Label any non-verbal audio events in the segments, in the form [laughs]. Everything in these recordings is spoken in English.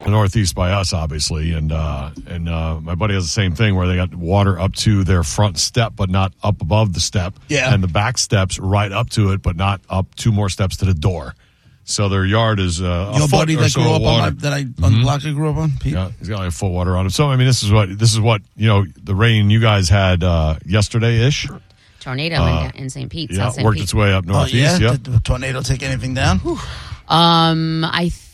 the Northeast by us, obviously, and uh, and uh, my buddy has the same thing where they got water up to their front step, but not up above the step, Yeah. and the back steps right up to it, but not up two more steps to the door. So their yard is uh, a Your foot buddy or that so grew of up on water. Mm-hmm. my, that I on the block I grew up on. Pete? yeah, he's got like foot water on him. So I mean, this is what this is what you know the rain you guys had uh, yesterday ish. tornado in, in St. Pete, Uh, Yeah, South St. worked Pete. its way up Oh yeah, northeast. yeah. did the tornado take anything down? Um, I th-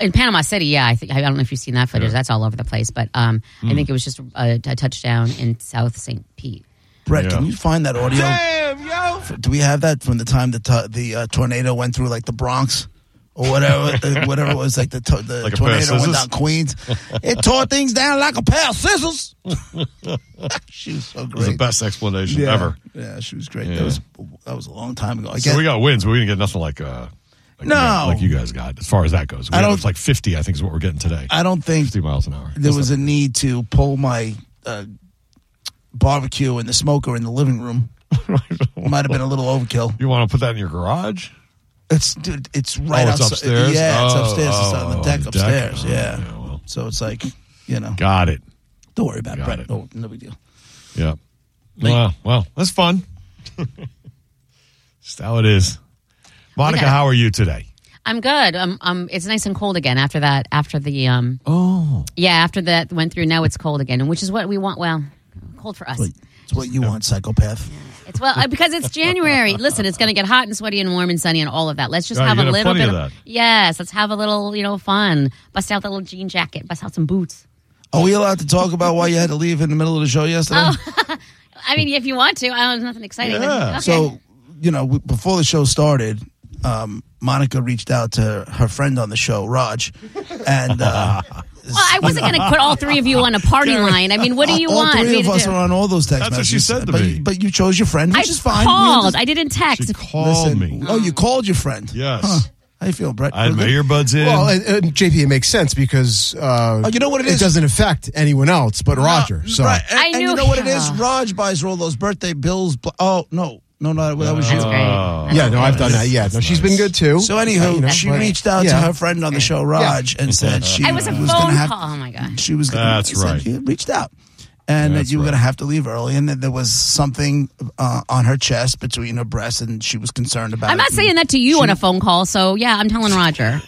in Panama City, yeah, I think I don't know if you've seen that footage. That's all over the place, but um, Hmm. I think it was just a, a touchdown in South St. Pete. Brett, Yeah. can you find that audio? Damn, yo! Do we have that from the time the to the uh, tornado went through like the Bronx [laughs] or whatever, uh, whatever it was like the to- the Like a pair of tornado went scissors? down Queens. It tore things down like a pair of scissors. [laughs] she was so It was the great. best explanation ever. Yeah, she was great. Yeah. That was that was a long time ago. I guess So we got wins, but we didn't get nothing like uh, like, No. you guys, like you guys got as far as that goes. We I had don't- it was like fifty, I think, is what we're getting today. I don't think 50 miles an hour. there was a need to pull my uh, barbecue and the smoker in the living [laughs] room. Might have been a little overkill. You want to put that in your garage? It's dude, it's right oh, it's outside- upstairs. Yeah, it's Oh, upstairs. it's oh, on the deck upstairs. Oh, Yeah. well, So it's like, you know, got it. don't worry about it, Got Brett. it. No, no big deal. Yeah. Well, well, that's fun. [laughs] Just how it is. Monica, We got- how are you today? I'm good. Um, um, it's nice and cold again after that. After the um, Oh, yeah, after that went through. Now it's cold again, and which is what we want. Well, cold for us. [laughs] But it's what you want, psychopath. It's well uh, because it's January. Listen, it's going to get hot and sweaty and warm and sunny and all of that. Let's just Yeah, have you're a gonna have little plenty bit of that. yes. Let's have a little you know fun. Bust out the little jean jacket. Bust out some boots. Are we allowed to talk about why you had to leave in the middle of the show yesterday? I mean, if you want to, I don't. Nothing exciting. Yeah. Okay. So, you know, w- before the show started, um, Monica reached out to her friend on the show, Raj, and [laughs] uh, Well, I wasn't going to put all three of you on a party line. I mean, what do you all want? three me of to us do? are on all those text That's what she messages. said to but, me. but you chose your friend, I which is fine. We called. understand. I didn't text. she called Listen, me. Oh, you called your friend? Yes. Huh. How you feel, Brett? I had Feel my good? earbuds in. Well, and, and JP, it makes sense because uh, Oh, you know what it It is? doesn't affect anyone else but Roger. No, So right. And, I and you knew- know what it is? yeah. Raj buys her all those birthday bills. Bl- oh no, no, no, that was you. That's Oh. great. yeah, no, I've done that. Yeah, no, she's been good too. So anywho, You know, she but- reached out yeah. to her friend on the show, Raj, and said she I was a phone gonna call. have. oh my god. She was. Gonna, That's said right. She had reached out. And that That's you were going right. to have to leave early, and that there was something uh, on her chest between her breasts, and she was concerned about. I'm it. not saying that to you on a phone call. So yeah, [laughs] I'm telling Roger.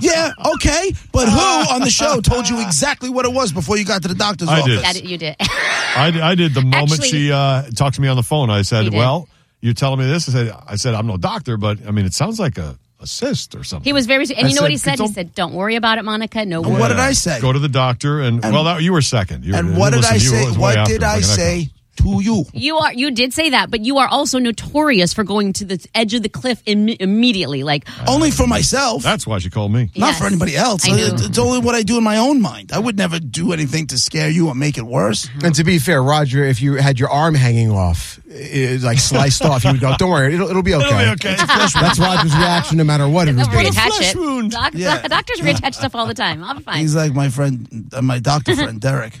Yeah, okay, but who on the show told you exactly what it was before you got to the doctor's Uh. I office? did. that you did. [laughs] I, did- I did the moment Actually- she uh, talked to me on the phone. I You said, did. "Well, you're telling me this." I said, "I said I'm no doctor, but I mean, it sounds like a, a cyst or something." He was very. And I you know what he said, said? He "Don't- said, "Don't worry about it, Monica. No worries." What did I say? Go to the doctor, and, well, that, you were second. You And were- what did listen, I you were- it say? was way What after, did like I an echo. say to you? You are you did say that, but you are also notorious for going to the edge of the cliff Im- immediately. Like Only for myself, That's why she called me. not Yes. for anybody else. I It- knew. It's only what I do in my own mind. I would never do anything to scare you or make it worse. and to be fair, Roger, if you had your arm hanging off, it, like sliced off, you would go, "Don't worry, it'll, it'll be okay." okay. [laughs] That's Roger's reaction, no matter what it is. "Don't worry, reattach it. Doc- Yeah. Doctors reattach stuff all the time. I'm fine. He's like my friend, uh, my [laughs] doctor friend, Derek.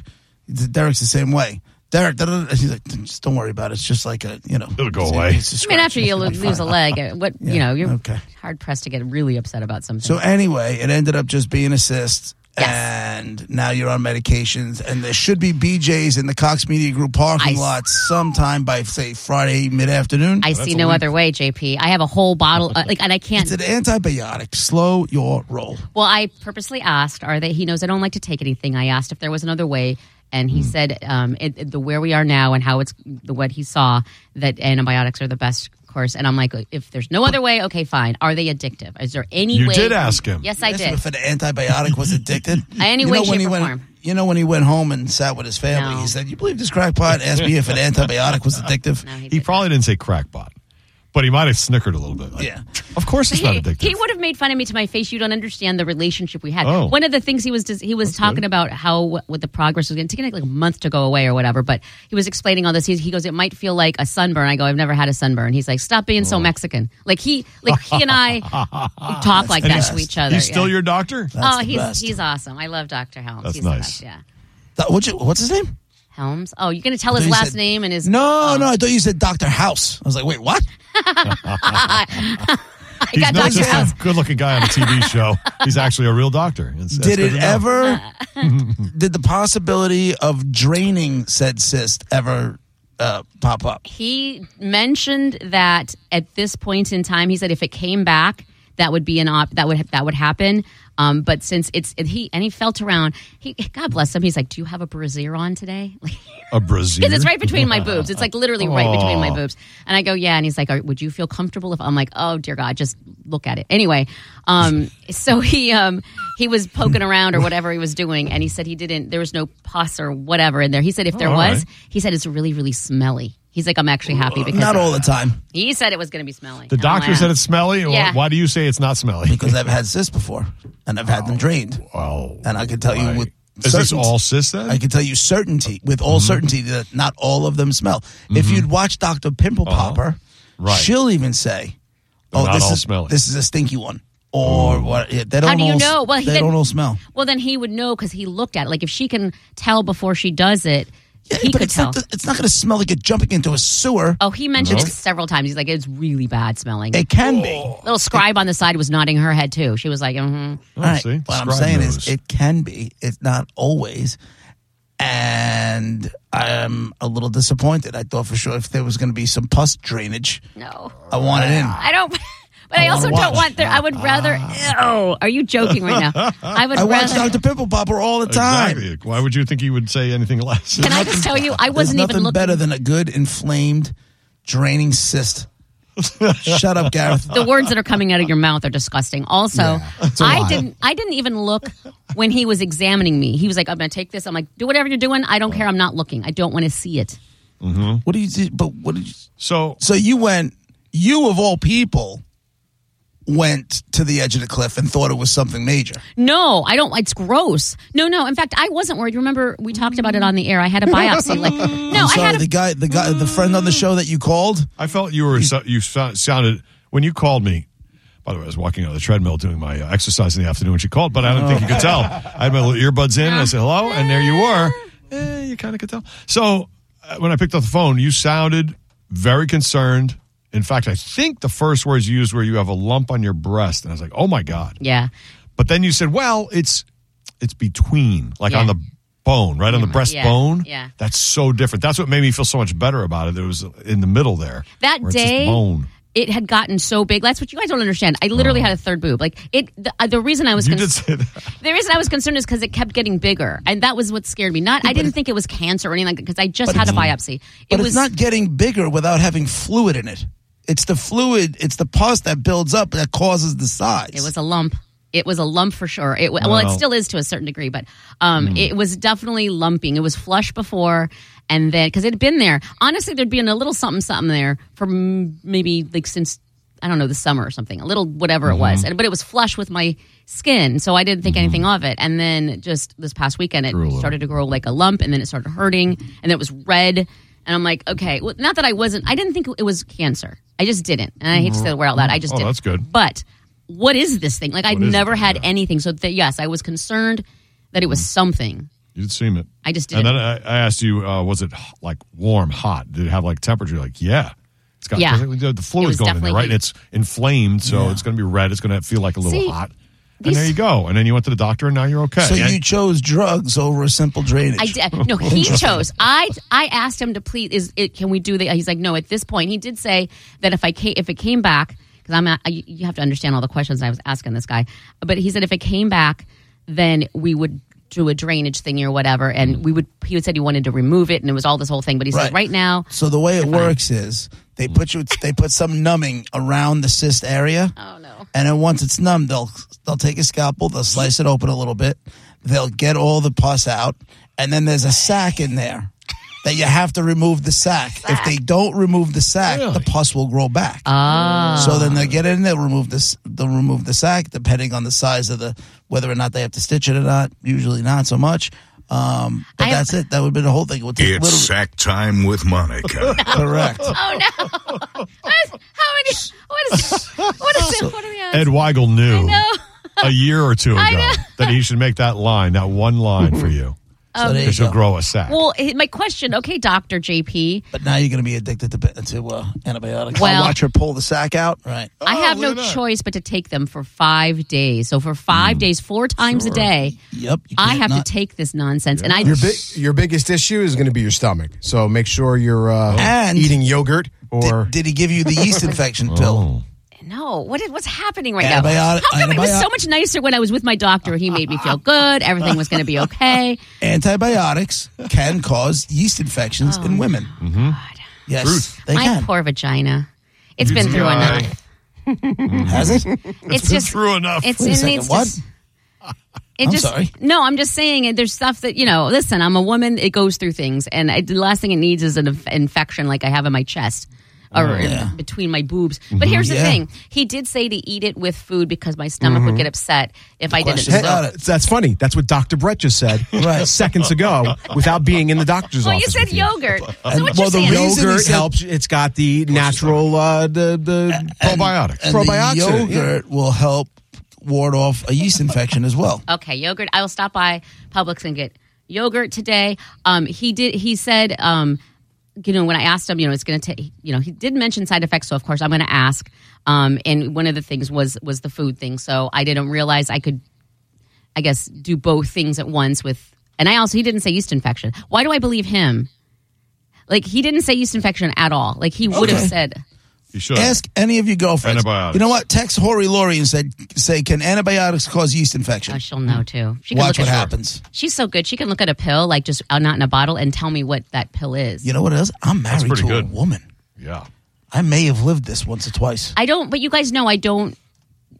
Derek's the same way. Derek, da, da, da. he's like, just don't worry about it. It's just like a, you know, It'll go it's- away. it's just I mean, after you lo- lose a leg, uh, what you know, you're okay. hard pressed to get really upset about something. So anyway, it ended up just being a cyst. Yes. And now you're on medications, and there should be BJ's in the Cox Media Group parking I- lot sometime by say Friday mid afternoon. I see no other way, JP. I have a whole bottle, uh, like, and I can't. It's an antibiotic. Slow your roll. Well, I purposely asked. Are they? He knows I don't like to take anything. I asked if there was another way, and he said um, it, it- the where we are now and how it's the what he saw that antibiotics are the best course. And I'm like, if there's no other way, okay, fine. Are they addictive? Is there any You way? did ask him. Yes, I Asked did. If an antibiotic was [laughs] addicted, Any way, when shape, he or went, form. You know when he went home and sat with his family, No. [laughs] he said, "You believe this crackpot asked me if an antibiotic was addictive?" No, he He didn't. probably didn't say crackpot, but he might have snickered a little bit. Like, Yeah. Of course it's not He, addictive. he would have made fun of me to my face. You don't understand the relationship we had. Oh. One of the things he was he was talking about how what the progress was going to take like a month to go away or whatever. But he was explaining all this. He, he goes, it might feel like a sunburn. I go, I've never had a sunburn. He's like, stop being so Oh. Mexican. Like he like he [laughs] and I talk like that to each other. He's still yeah. your doctor? oh, the he's best. he's awesome. I love Doctor Helms. That's he's the nice. best, yeah. Th- What'd you, what's his name? Helms. Oh, you're going to tell his You last said- name and his No, no, I thought you said Doctor House. I was like, wait, what? I He's got not Doctor just House. a good-looking guy on a TV show. He's actually a real doctor. It's- it's Did good it to know. ever? [laughs] did the possibility of draining said cyst ever uh, pop up? He mentioned that at this point in time, he said if it came back, that would be an op that would that would happen. Um, but since it's and he and he felt around, he God bless him. He's like, "Do you have a brassiere on today?" [laughs] A brazier. Because it's right between my boobs. It's like literally right between my Mm-hmm. Aw. boobs. And I go, yeah. And he's like, Are, would you feel comfortable if I'm like, oh dear God, just look at it. Anyway, um, [laughs] so he um, he was poking around or whatever he was doing, and he said he didn't. There was no pus or whatever in there. He said if there all was, right. he said it's really really smelly. He's like, I'm actually happy because Not all the time, he said it was going to be smelly. The I'm doctor like, said it's smelly. Wh- Oh, Yeah. Why do you say it's not smelly? because I've had cysts before, and I've had them drained, [laughs] Oh, and I can tell my. you with Is this certainty- all Mm-hmm. cysts then? I can tell you certainty with all certainty that not all of them smell. If you'd watch Doctor Pimple Popper, Mm-hmm. Uh-huh. Right. she'll even say, They're "Oh, not this all is smelly. this is a stinky one." Or what? Yeah, they don't How do you all, know? Well, he they didn't- don't all smell. Well, then he would know because he looked at it. Like if she can tell before she does it, he but could it's tell. Not, the- it's not going to smell like you're jumping into a sewer. oh, he mentioned it several times. He's like, it's really bad smelling. It can be. All Little scribe on the side was nodding her head too. She was like, mm-hmm. Oh, right. see? What I'm Scribe saying knows. is, it can be. It's not always. And I'm a little disappointed. I thought for sure if there was going to be some pus drainage, no, I want it in. I don't. But Oh, I, also don't want. There, I would rather. Ew, are you joking right now? I would Ah. [laughs] I watch rather. Dr. Pimple Popper all the time. Exactly. Why would you think he would say anything less? Can I just tell you? I There's wasn't nothing even looking. better than a good inflamed [laughs] draining cyst. Shut up, Gareth. Um, the words that are coming out of your mouth are disgusting. Also, I didn't. I didn't even look when he was examining me. He was like, "I'm going to take this." I'm like, "Do whatever you're doing. I don't care. I'm not looking. I don't want to see it." What do you do? But what did you? so So you went. You of all people went to the edge of the cliff and thought it was something major. No, I don't. It's gross. No, no. In fact, I wasn't worried. Remember, we talked about it on the air. I [laughs] had a biopsy. Like, no, I'm I sorry, had a Mm. the guy, the guy, the friend on the show that you called. I felt you were so, you so- sounded when you called me. By the way, I was walking on the treadmill doing my uh, exercise in the afternoon when she called, but I don't think you could tell. I had my little earbuds in, and I said hello, and there you were. Eh, you kind of could tell. So uh, when I picked up the phone, you sounded very concerned. In fact, I think the first words you used were "you have a lump on your breast," and I was like, "Oh my god!" yeah. But then you said, "Well, it's it's between, like Yeah. on the bone, right on the breastbone." yeah. that's so different. That's what made me feel so much better about it. It was in the middle there. That where it's just day, bone. it had gotten so big. That's what you guys don't understand. I literally had a third boob. Like it. The, uh, the reason I was You con- did say that. [laughs] the reason I was concerned is because it kept getting bigger, and that was what scared me. Not I didn't think it was cancer or anything like that because I just had a biopsy. It But was it's not getting bigger without having fluid in it. It's the fluid. It's the pus that builds up that causes the size. It was a lump. It was a lump for sure. It wa- well, it Wow. Hmm. still is to a certain degree, but um, it was definitely lumping. It was flush before, and then because it had been there. Honestly, there'd been a little something something there for m- maybe like since I don't know the summer or something. A little whatever it was, Mm-hmm. and but it was flush with my skin, so I didn't think anything of it. And then just this past weekend, it started to grow like a lump, and then it started hurting, and it was red. And I'm like, okay, well, not that I wasn't. I didn't think it was cancer. I just didn't. And I hate to say the word out loud. I just Oh, didn't. that's good. But what is this thing? Like I'd is never it? had anything. So th- yes, I was concerned that it was something. You'd seen it. I just And didn't. then I, I asked you, uh, was it h- like warm, hot? Did it have like temperature? You're like, yeah. It's got 'cause Yeah. the, the It fluid's was going in there, definitely right? heat. And it's inflamed, so it's going to be red. It's going to feel like a little See, hot. And these- there you go. And then you went to the doctor, and now you're okay. so Yeah. you chose drugs over a simple drainage. I did, no, he chose. I I asked him to please. Is it? Can we do the? He's like, no. At this point, he did say that if I came, if it came back, because I'm not, you you have to understand all the questions I was asking this guy. But he said if it came back, then we would do a drainage thing or whatever, and we would. He said he wanted to remove it, and it was all this whole thing. But he said Right. right now, So the way it works is they put you they put some numbing around the cyst area. oh no. And then once it's numb, they'll they'll take a scalpel, they'll slice it open a little bit, they'll get all the pus out, and then there's a sac in there. that you have to remove the sac. If they don't remove the sac, the pus will grow back. Ah. So then they get in, they'll remove this, they'll remove the sac, depending on the size of the whether or not they have to stitch it or not. Usually not so much. Um, but I- that's it. That would be the whole thing. It would take It's literally- sack time with Monica. [laughs] correct. Oh no! That's- How many? What is? What is it? What are we on? Ed Weigel knew No. a year or [laughs] two ago know. that he should make that line, that one line for you. so there you Because go. you'll grow a sack. Well, eh, my question. Okay, Doctor JP. But now you're going to be addicted to to uh, antibiotics. Well- I'll watch her pull the sack out. Right. I have no look at that. choice but to take them for five days. So for five days, four times a day, Yep. Hmm, you I can't have not- to take this nonsense. And I Your big, your biggest issue is going to be your stomach. So make sure you're uh, And- eating yogurt or Did, did he give you the yeast infection pill? no. What is, what's happening right Antibiotic- now? How come it was antibiotic- so much nicer when I was with my doctor? He made me feel good. Everything was going to [laughs] be okay. Antibiotics can cause yeast infections in women. Yes, they Oh, my can. poor vagina. It's been through guy. enough. Has it? It's just True enough. It's, Wait a it second, needs what? To, s- it I'm just, sorry. No, I'm just saying it, there's stuff that, you know, listen, I'm a woman, it goes through things. And I, the last thing it needs is an inf- infection like I have in my chest or in- between my boobs. But here's the Oh, Mm-hmm, Yeah. Mm-hmm. thing he did say to eat it with food because my stomach would get upset if I didn't. question So, about it. uh, That's funny. That's what Dr. Brett just said [laughs] Right. seconds ago without being in the doctor's well, you office. said with you. yogurt. So And- what well, you're the saying is- reason- he Yogurt said- helps. It's got the natural uh, the the Probiotics. And Probiotics, The yeah. yogurt will help ward off a yeast infection as well. Okay, yogurt. I will stop by Publix and get yogurt today. Um, he did. He said, um, you know, when I asked him, you know, it's going to take. You know, he did mention side effects, so of course I'm going to ask. Um, and one of the things was was the food thing. So I didn't realize I could, I guess, do both things at once with. And I also he didn't say yeast infection. Why do I believe him? Like he didn't say yeast infection at all. Like he would have Okay. said. you should. Ask any of your girlfriends. Antibiotics. You know what? Text Hori Laurie and said, say, can antibiotics cause yeast infection? Oh, she'll know too. She can Watch look what at happens. She's so good. She can look at a pill, like just uh, not in a bottle, and tell me what that pill is. You know what else? I'm married pretty to a good. woman. yeah. I may have lived this once or twice. I don't, but you guys know I don't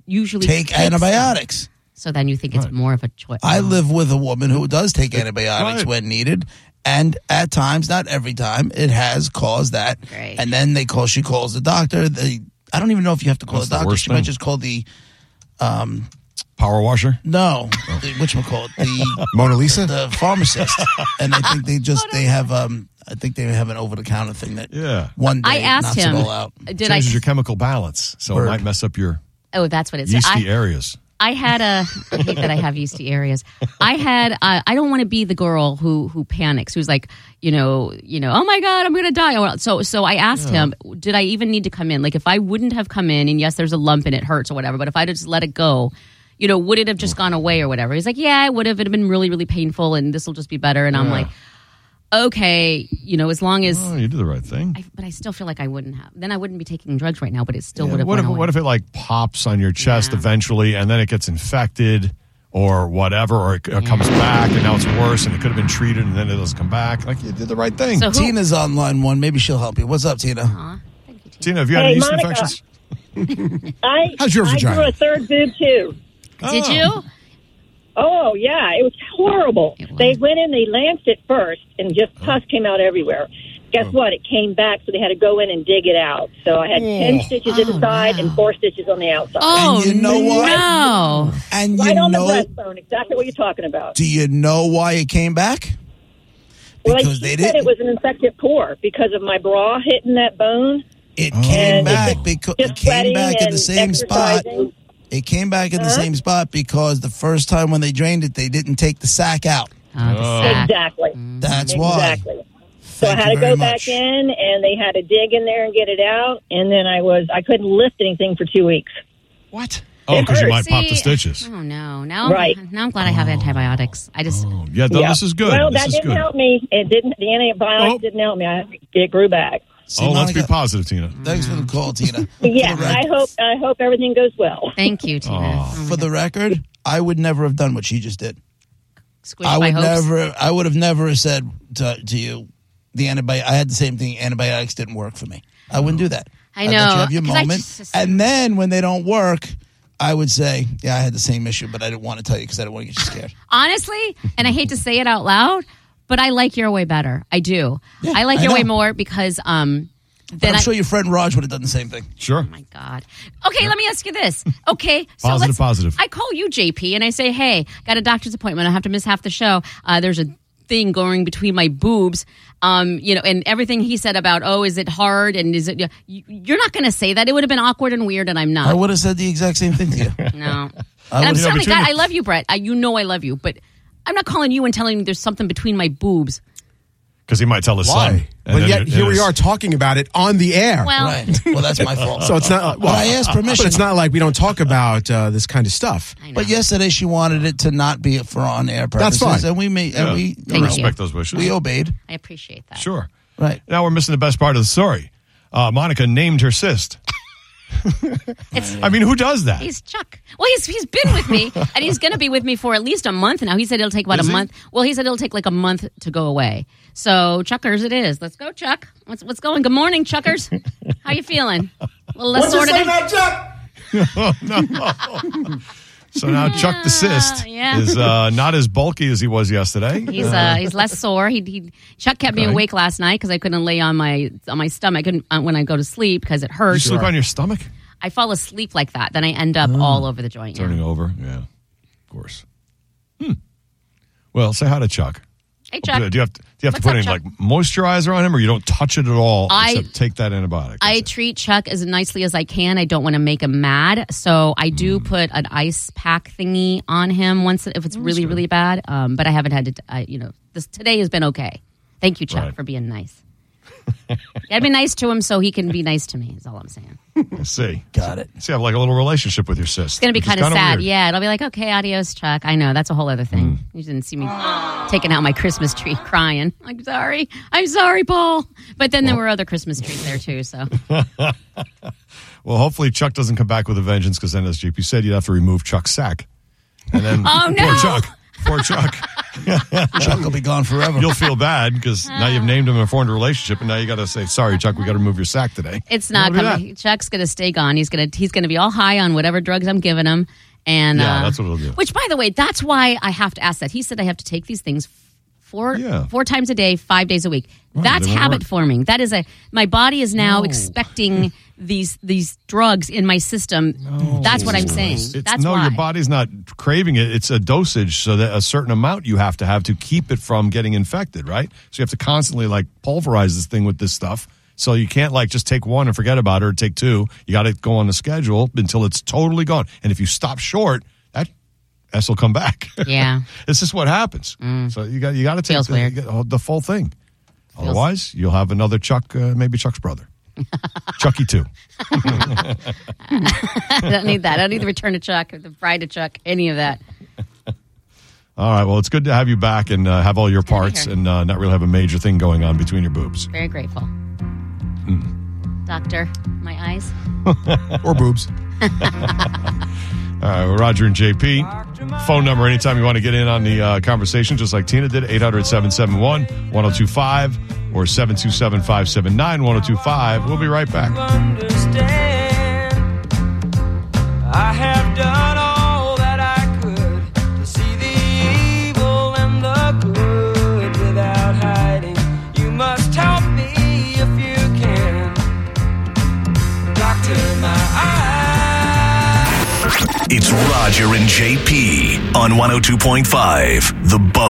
usually Take antibiotics. So then you think it's more of a choice. I live with a woman who does take antibiotics Right. when needed, and at times, not every time, it has caused that. Right. And then they call. She calls the doctor. They, I don't even know if you have to call That's the the doctor. worst She might thing. just call the Power washer. no, which call it [laughs] the Mona Lisa. the pharmacist. and I think they [laughs] just they have um I think they have an over the counter thing that Yeah. one day I knocks asked it him. uh, all out. Did I? Changes your chemical balance, so Word. it might mess up your Oh, that's what it said. yeasty I, areas. I had a. I hate that I have yeasty areas. I had. Uh, I don't want to be the girl who who panics. Who's like, you know, you know. Oh my God, I'm gonna die. Well, So so I asked him, did I even need to come in? Like, if I wouldn't have come in, and yes, there's a lump and it hurts or whatever, but if I just let it go. You know, would it have Mm. just gone away or whatever? He's like, yeah, it would have. It'd have been really, really painful, and this will just be better. And I'm like, okay, you know, as long as Oh, you did the right thing. I, but I still feel like I wouldn't have. Then I wouldn't be taking drugs right now, but it still would Yeah, have. what, went if, away. what if it like pops on your chest Yeah. eventually and then it gets infected or whatever or it c- uh, comes back and now it's worse and it could have been treated and then it doesn't come back like you did the right thing So who- Uh-huh. Tina's on line one. Maybe she'll help you. What's up, Tina? Aw, thank you, Tina. tina have you had Hey, any yeast Monica. infections I, How's your I vagina? grew a third boob too. Did you? Oh yeah, it was horrible. It was. Uh-huh. They went in, they lanced it first, and just pus came out everywhere. Guess Oh. what? It came back, so they had to go in and dig it out. So I had ten stitches at the side and four stitches on the outside. Oh you know what? no! And you right on know the breastbone, exactly what you're talking about. do you know why it came back? well, like because she they said didn't. it was an infected pore because of my bra hitting that bone. It came Oh. And back because Just it came sweating back and in the same spot. exercising. Uh-huh. It came back in the same spot because the first time when they drained it, they didn't take the sack out. Oh, the sack. Exactly. Mm. That's why. Exactly. So I Thank had you to very go much. back in, and they had to dig in there and get it out. And then I was I couldn't lift anything for two weeks. what oh because you might pop the See, stitches Oh no! Now, Right. now I'm glad I have antibiotics. I just Oh, yeah no, Yeah. this is good Well, this that is didn't good help me. It didn't. The antibiotics Oh. didn't help me. I, it grew back. See, oh let's be Monica, positive tina Thanks for the [laughs] call, Tina. Yeah. For the I record, hope I hope everything goes well. thank you, Tina. Oh. Oh, my for God. the record, I would never have done what she just did. Squished I my would hopes. never. I would have never have said to, to you, the antibiotic. I had the same thing. Antibiotics didn't work for me. I wouldn't do that. I I'd let know, you have your 'cause I moment, just- and then when they don't work, I would say, "Yeah, I had the same issue, but I didn't want to tell you because I didn't want to get you scared." Honestly, and I hate to say it out loud, But I like your way better. I do. I like I your way know. more because um, then I'm I. sure your friend Raj would have done the same thing. Oh Sure. my God. Okay, let me ask you this. Okay, so Positive, let's, positive. I call you JP and I say, "Hey, got a doctor's appointment. I have to miss half the show. Uh, there's a thing going between my boobs." Um, you know, and everything he said about, "Oh, is it hard?" and "Is it?" You, you're not going to say that. It would have been awkward and weird, and I'm not. I would have said the exact same thing to [laughs] you. No. and I'm would- certainly between God, the- I love you, Brett. I, you know I love you, but I'm not calling you and telling you there's something between my boobs. Because he might tell his son. Why? And But then yet it- here it we is- are talking about it on the air. Well, right. Well, that's my fault. so it's not. Like, well, But I asked permission. But it's not like we don't talk about uh, this kind of stuff. I know. But yesterday she wanted it to not be for on air That's purposes, fine. and we made and Yeah. we I you. respect those wishes. we obeyed. I appreciate that. Sure. Right. Now we're missing the best part of the story. Uh, Monica named her cyst. I mean, who does that? He's Chuck. Well, he's he's been [laughs] with me, and he's going to be with me for at least a month now. He said it'll take about Is a he? month. Well, he said it'll take like a month to go away. So, Chuckers, it is. Let's go, Chuck. What's what's going? Good morning, Chuckers. How you feeling? A little less sorted. So [laughs] now Chuck the cyst Yeah. is uh, not as bulky as he was yesterday. He's uh, he's less sore. He, he Chuck kept me Okay. awake last night because I couldn't lay on my on my stomach and, uh, when I go to sleep because it you hurts. sleep on your stomach? I fall asleep like that, then I end up Ah. all over the joint. yeah. Turning over. Yeah. Of course. Hmm. Well, say hi to Chuck. Hey, Chuck. Do you have to, do you have to What's put up, any Chuck? like moisturizer on him, or you don't touch it at all? I- except take that antibiotic. That's I it. treat Chuck as nicely as I can. I don't want to make him mad, so I do Mm. put an ice pack thingy on him once if Oh, it's really really bad. Um, but I haven't had to. I, you know, this today has been okay. Thank you, Chuck, Right. for [laughs] being nice. I've been nice to him so he can be nice to me. Is all I'm saying. It's I see. Got it. See, I have like a little relationship with your cyst. It's gonna be kind of sad. Yeah, it'll be like, okay, adios, Chuck. I know that's a whole other Mm. thing. You didn't see me taking out my Christmas tree [laughs] crying. I'm sorry. I'm sorry, Paul. But then there were other Christmas trees there [laughs] too. So. Well, hopefully Chuck doesn't come back with a vengeance because then, as JP said, you'd have to remove Chuck's sack, and then [laughs] Oh, no. poor Chuck, poor Chuck, [laughs] Chuck will be gone forever. you'll feel bad because now Oh. you've named him and formed a relationship, and now you got to say sorry, Chuck. We got to remove your sack today. It's not That'll be coming. Chuck's gonna stay gone. He's gonna he's gonna be all high on whatever drugs I'm giving him. And Yeah, uh, that's what it'll do. Which, by the way, that's why I have to ask that. He said I have to take these things f- four Yeah. four times a day, five days a week. that's they won't habit work. forming. That is a my body is [laughs] now expecting these these drugs in my system. That's what I'm saying. Oh, It's, that's no, why. your body's not craving it. It's a dosage, so that a certain amount you have to have to keep it from getting infected, right? So you have to constantly like pulverize this thing with this stuff. So you can't like just take one and forget about it, or take two. You got to go on the schedule until it's totally gone. And if you stop short, that S will come back. [laughs] [laughs] Yeah. this is what happens. So you got you got to take Mm. Feels the, weird. you got- the full thing. Otherwise, you'll have another Chuck, uh, maybe Chuck's [laughs] brother, Chucky too. I don't need that. I don't need the return to Chuck, or the bride to Chuck, any of that. All right. Well, it's good to have you back and uh, have all your to be parts here. and uh, not really have a major thing going on between your boobs. Very grateful, Hmm. Doctor. My eyes. [laughs] Or boobs. [laughs] All right. Well, Roger and JP. Phone number anytime you want to get in on the uh, conversation, just like Tina did 800 771 1025 or 727 579 1025. We'll be right back. understand. I have done all that I could to see the evil and the good without hiding. You must help me if you can. Doctor, my eyes. It's Roger and JP on 102.5 The Buzz.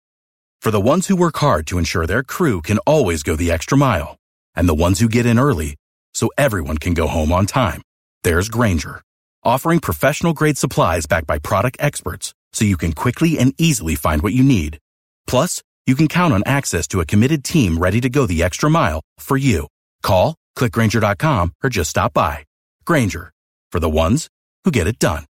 For the ones who work hard to ensure their crew can always go the extra mile, and the ones who get in early so everyone can go home on time, there's Granger, offering professional grade supplies backed by product experts so you can quickly and easily find what you need. Plus, you can count on access to a committed team ready to go the extra mile for you. Call, clickgranger.com, or just stop by. Granger, for the ones who get it done.